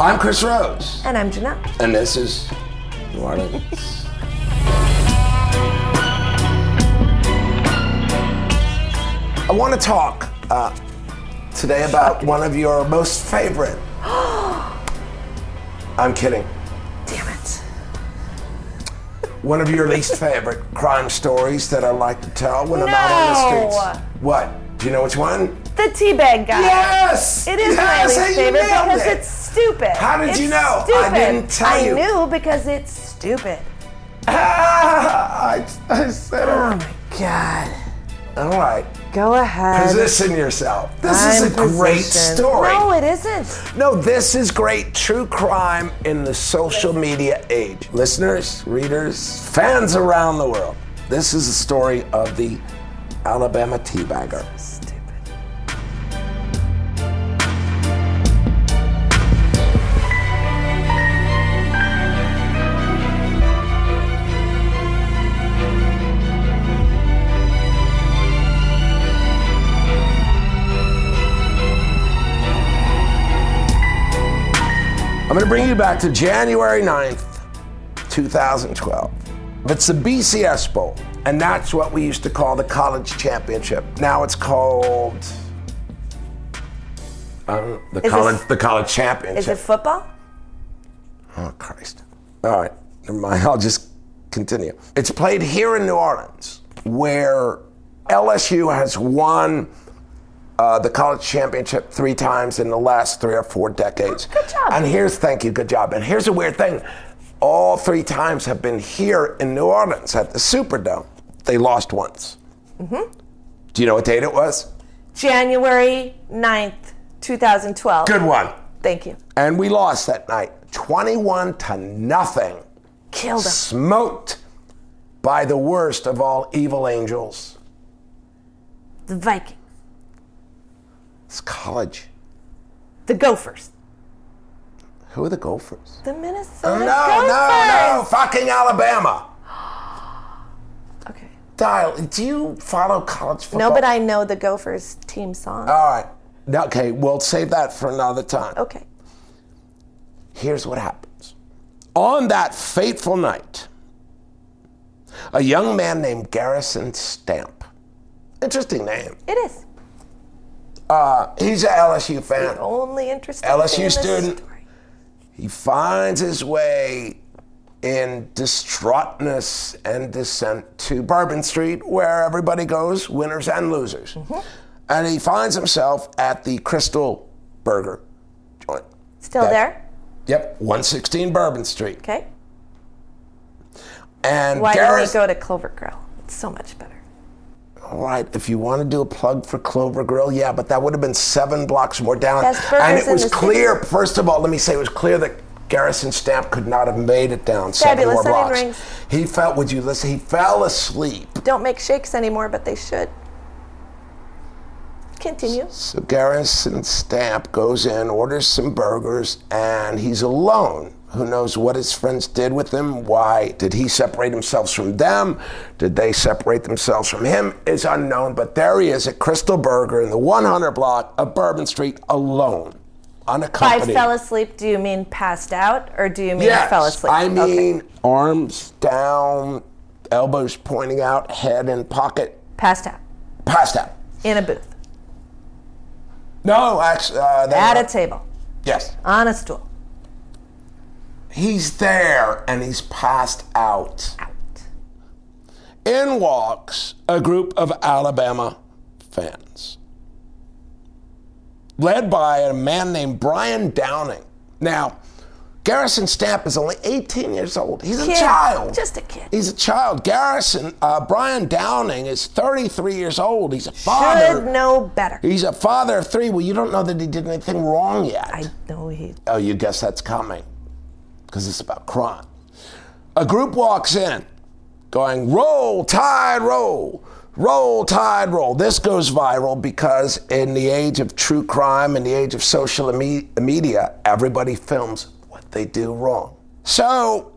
I'm Chris Rhodes, And I'm Janelle. and this is New Orleans. I want to talk uh, today about one of your most favorite. I'm kidding. Damn it. One of your least favorite crime stories that I like to tell when I'm out on the No. streets. What? Do you know which one? The teabag guy. Yes! It Yes, is my hey, least you favorite nailed because it. it's stupid. How did It's you know? I Stupid. didn't tell I you. knew because it's stupid. Ah, I, I said it. Oh God. All right. Go ahead. Position yourself. This I'm is a great positioned. story. No, it isn't. No, this is great true crime in the social media age. Listeners, readers, fans around the world, this is the story of the Alabama teabagger. Stupid. I'm going to bring you back to January 9th, 2012. It's the BCS Bowl, and that's what we used to call the college championship. Now it's called I don't know, the Is college it- the college championship. Is it football? Oh, Christ. All right. Never mind. I'll just continue. It's played here in New Orleans, where LSU has won uh, the college championship three times in the last three or four decades. Good job. And here's, thank you, good job. And here's a weird thing all three times have been here in New Orleans at the Superdome. They lost once. Mm-hmm. Do you know what date it was? January 9th, 2012. Good one. Thank you. And we lost that night 21 to nothing. Killed him. smoked by the worst of all evil angels. The Vikings. It's college. The Gophers. Who are the Gophers? The Minnesota no, Gophers. no, no! Fucking Alabama. Okay. Dial. Do you follow college football? No, but I know the Gophers team song. All right. No, Okay. We'll save that for another time. okay. Here's what happens. On that fateful night, a young man named Garrison Stamp. Interesting name. It is. Uh, he's an LSU fan. Only interesting. LSU thing in this student. story. He finds his way in distraughtness and dissent to Bourbon Street, where everybody goes, winners and losers. Mm-hmm. And he finds himself at the Crystal Burger joint. Still That- there? Yep, 116 Bourbon Street. Okay. And Why Garrison- don't we go to Clover Grill? It's so much better. All right, if you want to do a plug for Clover Grill, yeah, but that would have been seven blocks more down. Best burgers and it in was the clear, first of all, let me say, it was clear that Garrison Stamp could not have made it down seven Fabulous more onion blocks. rings. He felt, would you listen? He fell asleep. Don't make shakes anymore, but they should. Continue. So Garrison Stamp goes in, orders some burgers, and he's alone. Who knows what his friends did with him? Why did he separate himself from them? Did they separate themselves from him? Is unknown. But there he is at Crystal Burger in the 100 block of Bourbon Street, alone, By unaccompanied. fell asleep, do you mean passed out or do you mean Yes, fell asleep? I okay. mean arms down, elbows pointing out, head in pocket, passed out passed out. in a booth, No, actually, uh, they at were- a table, Yes. on a stool, He's there and he's passed out. out. In walks a group of Alabama fans, led by a man named Brian Downing. Now, Garrison Stamp is only 18 years old. He's a Kid, child. Just a kid. He's a child. Garrison, uh, Brian Downing is 33 years old. He's a father. Should know better. He's a father of three. Well, you don't know that he did anything wrong yet. I know he. Oh, you guess that's coming because it's about crime. A group walks in going, Roll, tide, roll, roll, tide, roll. This goes viral because in the age of true crime, in the age of social me- media, everybody films what they do wrong. So,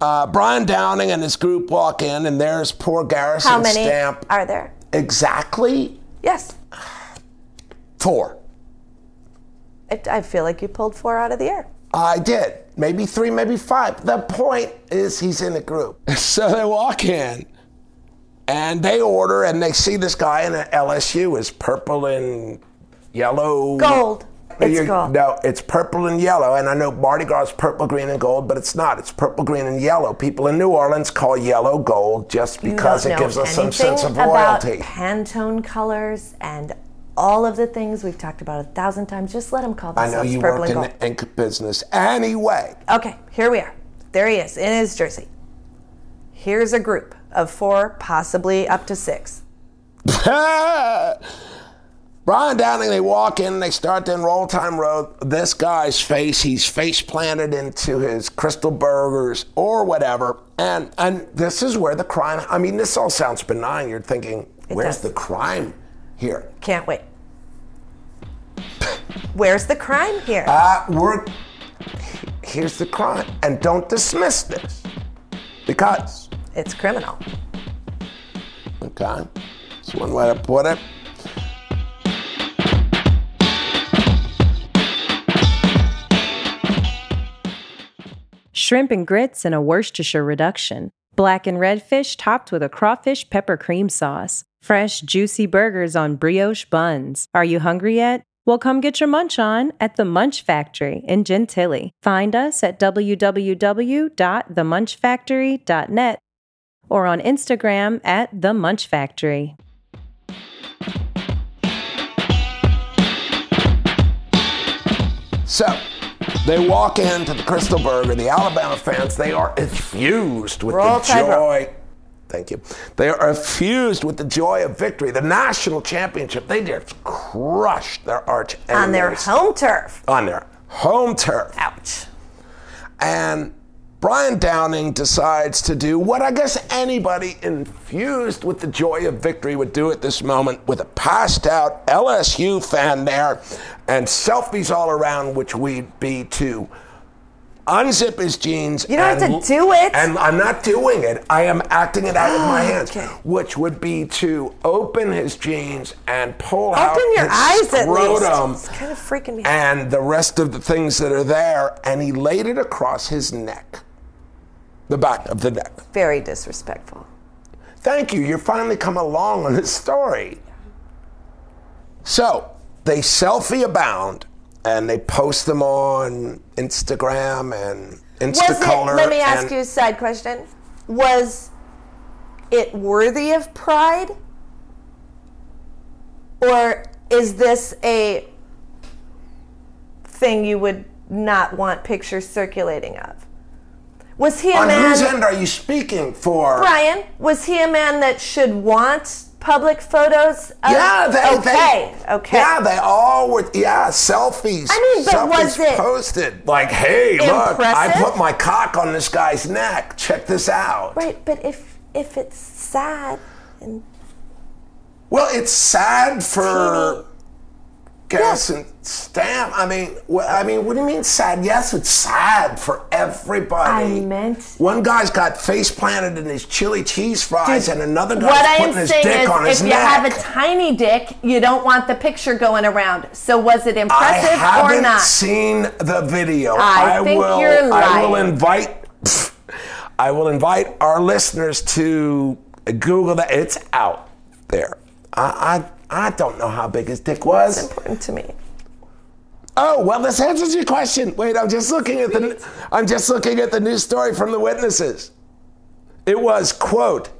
uh, Brian Downing and his group walk in, and there's poor Garrison How many Stamp. are there? Exactly Yes. four. I, I feel like you pulled four out of the air. I did. Maybe three, maybe five. The point is he's in a group. So they walk in and they order and they see this guy in an LSU is purple and yellow. Gold. It's You- gold. No, it's purple and yellow. And I know Mardi Gras is purple, green, and gold, but it's not. It's purple, green, and yellow. People in New Orleans call yellow gold just You because don't it know gives us some anything sense of about royalty. Pantone colors and all of the things we've talked about a thousand times. Just let them call I know themselves you purple worked and in gold. the ink business. Anyway, Okay, here we are. There he is in his jersey. Here's a group of four, possibly up to six. Brian Downing, they walk in, they start to enroll time road. This guy's face, he's face planted into his crystal burgers or whatever. And and this is where the crime I mean, this all sounds benign. You're thinking, where's does. the crime here? Can't wait. Where's the crime here? Uh, we're here's the crime. And don't dismiss this. Because it's criminal. Okay. That's one way to put it. shrimp and grits in a Worcestershire reduction, black and red fish topped with a crawfish pepper cream sauce, fresh, juicy burgers on brioche buns. Are you hungry yet? Well, come get your munch on at The Munch Factory in Gentilly. Find us at www.themunchfactory.net or on Instagram at The Munch Factory. So they walk into the Crystal Burger. The Alabama fans, they are infused with Roll the Tide, roll. joy. Thank you. They are infused with the joy of victory. The national championship. They just crushed their arch enemies. On their home turf. On their home turf. Ouch. And Brian Downing decides to do what I guess anybody infused with the joy of victory would do at this moment with a passed out LSU fan there and selfies all around, which we'd be to unzip his jeans. You don't have and- to do it. And I'm not doing it. I am acting it out with my hands, Okay. which would be to open his jeans and pull out Open your his eyes at least. scrotum It's kind of freaking me out. and the rest of the things that are there, and he laid it across his neck, the back of the neck. Very disrespectful. Thank you, you're finally come along on this story. So they selfie abound, and they post them on Instagram and Was it, Instacolor. let me ask and- you a side question. Was it worthy of pride? Or is this a thing you would not want pictures circulating of? Was he a On man whose end are you speaking for? Brian, was he a man that should want public photos of Yeah, they, Okay. they- okay. Yeah, they all were. Yeah, selfies. I mean, but selfies was it posted like, "Hey, look, I impressive? put my cock on this guy's neck. Check this out." Right, but if if it's sad and Well, it's sad for Teeny. Gas and Stam. I mean, wh- I mean, what do you mean sad? Yes, it's sad for everybody. I meant- one guy's got face planted in his chili cheese fries, and another guy's what I putting am his saying dick is, on if his you neck. have a tiny dick, you don't want the picture going around. So was it I impressive haven't or not? seen the video. I think will, you're I will lying. invite. I will invite our listeners to Google that. It's out there. I I, I don't know how big his dick was. Important to me. Oh well, this answers your question. Wait, I'm just looking at the. I'm just looking at the news story from the witnesses. It was quote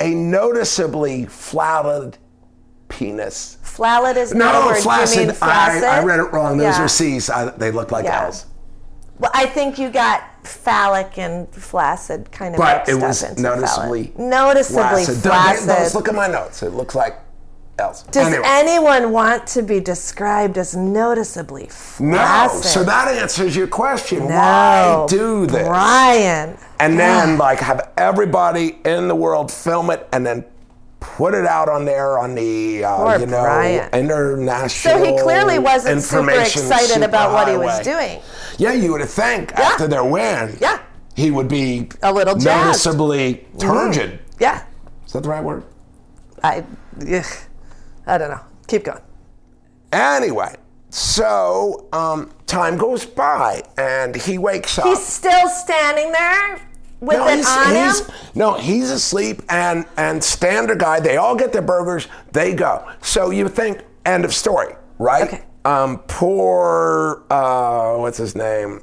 a noticeably flouted penis. Flaccid is not a No, word. Do you flaccid. mean flaccid? I, I read it wrong. Those Yeah. are C's. I, they look like Yeah. L's. Well, I think you got phallic and flaccid kind of But mixed it up was into noticeably phallic. noticeably Flaccid. Don't- flaccid. those- Look at my notes. It looks like L's. Does Anyway. anyone want to be described as noticeably flaccid? no. So that answers your question. No. Why do this? Brian. and then like have everybody in the world film it and then put it out on there on the uh, Poor you know Brian. international. So he clearly wasn't super information excited about what he was superhighway. doing. Yeah, you would think after their win, Yeah. he would be A little Mm-hmm. jazzed. noticeably turgid. Yeah. Is that the right word? I, ugh, I don't know. Keep going. Anyway, So um, time goes by, and he wakes up. He's still standing there with it on him. No, he's asleep, and and standard guy. They all get their burgers. They go. So you think end of story, right? Okay. Um, poor uh, what's his name?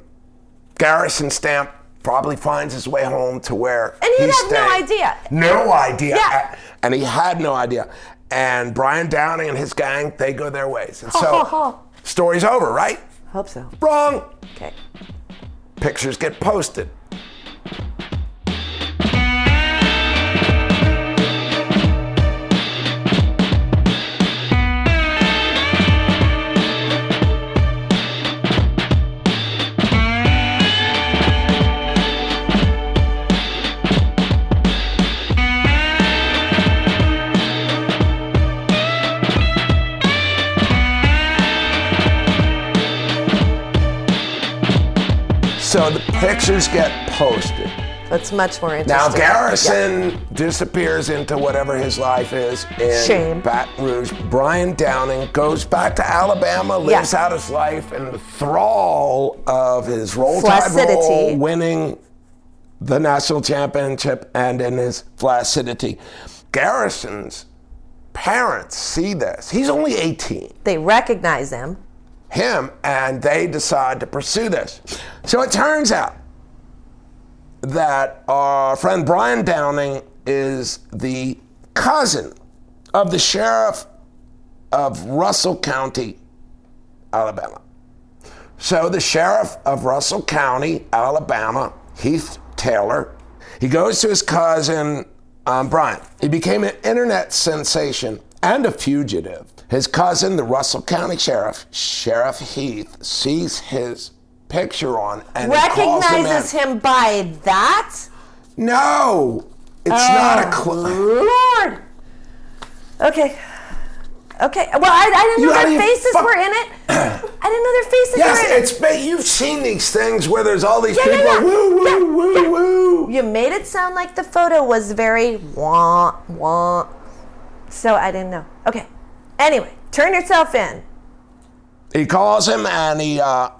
Garrison Stamp probably finds his way home to where And he'd he's have no staying. idea. No idea. Yeah. And he had no idea. And Brian Downing and his gang, they go their ways. And so story's over, right? Hope so. Wrong. Okay. Pictures get posted. So the pictures get posted. That's much more interesting. Now Yeah. Garrison disappears into whatever his life is in Shame. Baton Rouge. Brian Downing goes back to Alabama, lives Yeah. out his life in the thrall of his roll tide Flaccidity. roll, winning the national championship and in his flaccidity. Garrison's parents see this. He's only 18 They recognize him. him and they decide to pursue this. So it turns out that our friend Brian Downing is the cousin of the sheriff of Russell County, Alabama. So the sheriff of Russell County, Alabama, Heath Taylor, he goes to his cousin um, Brian. He became an internet sensation and a fugitive. His cousin, the Russell County sheriff, Sheriff Heath, sees his picture on and he calls him in. Recognizes him, by that? No, it's Oh. not a clue. Lord. Okay. Okay. Well, I, I didn't You know out of their your faces fuck- were in it. I didn't know their faces Yes, were in it's ba- you've seen these things where there's all these Yeah, yeah, people yeah. woo woo Yeah, woo yeah. woo. it. You made it sound like the photo was very wah wah. So I didn't know. Okay. Anyway, turn yourself in. He calls him and he uh,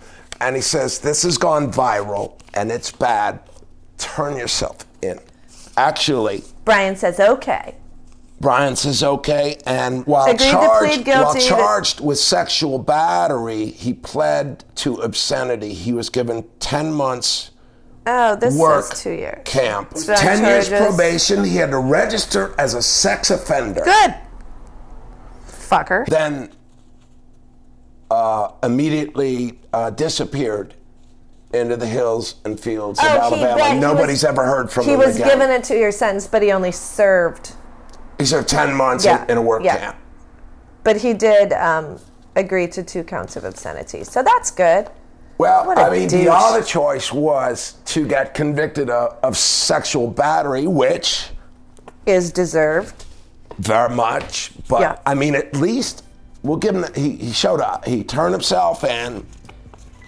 and he says, "This has gone viral and it's bad. Turn yourself in." Actually, Brian says, okay. Brian says okay, and while Agreed to charged, plead guilty while to- charged with sexual battery, he pled to obscenity. He was given ten months Oh, this work is two years. camp, Drug ten years charges. probation. He had to register as a sex offender. Good. Fucker. then uh, immediately uh, disappeared into the hills and fields of Alabama. bet Oh, he Nobody's was- ever heard from He him was again. given a two-year sentence, but he only served. He served 10 months Yeah, in, in a work yeah. camp. But he did um, agree to two counts of obscenity, so that's good. Well, What a I mean, douche. the other choice was to get convicted of, of sexual battery, which Is deserved. very much, but Yeah. I mean, at least we'll give him, the, he, he showed up. He turned himself in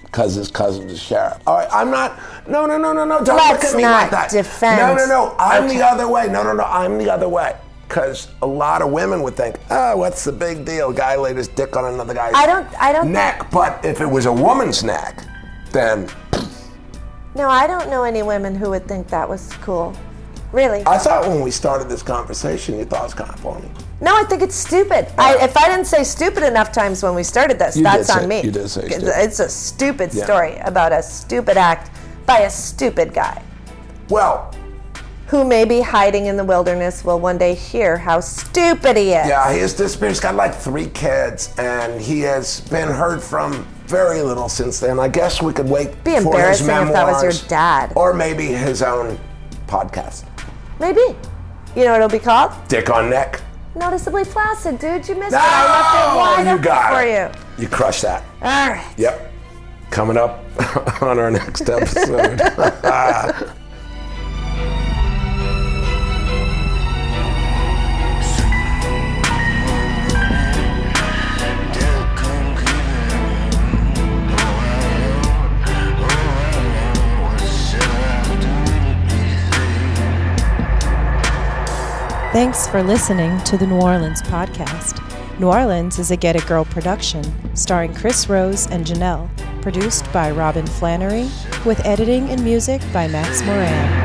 because his cousin's a sheriff. All right, I'm not, no, no, no, no, no, don't look Let's at me not like that. defend. No, no, no, I'm Okay. the other way. No, no, no, I'm the other way. Because a lot of women would think, oh, what's the big deal? Guy laid his dick on another guy's I don't- I don't- neck. But if it was a woman's neck, then No, I don't know any women who would think that was cool. Really? I thought when we started this conversation, you thought it was kind of funny. no, I think it's stupid. I, if I didn't say stupid enough times when we started this, uh, You that's did say- on me. you did say stupid. It's a stupid Yeah. story about a stupid act by a stupid guy Well, who may be hiding in the wilderness will one day hear how stupid he is. Yeah, he has disappeared. He's got like three kids, and he has been heard from very little since then. I guess we could wait Be for his embarrassing if that was your memoirs, dad. or maybe his own podcast. Maybe. You know what it'll be called? Dick on neck. Noticeably flaccid, dude. You missed it. I left it wide you open got for it. you. You crushed that. All right. Yep. Coming up on our next episode. Thanks for listening to the New Orleans podcast. New Orleans is a Get It Girl production starring Chris Rose and Janelle, produced by Robin Flannery, with editing and music by Max Moran.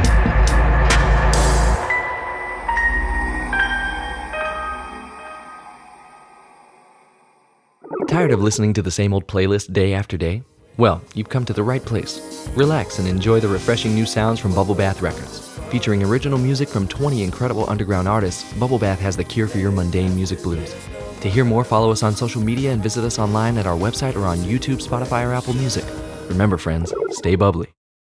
Tired of listening to the same old playlist day after day? Well, you've come to the right place. Relax and enjoy the refreshing new sounds from Bubble Bath Records. Featuring original music from 20 incredible underground artists, Bubble Bath has the cure for your mundane music blues. To hear more, follow us on social media and visit us online at our website or on YouTube, Spotify, or Apple Music. Remember, friends, stay bubbly.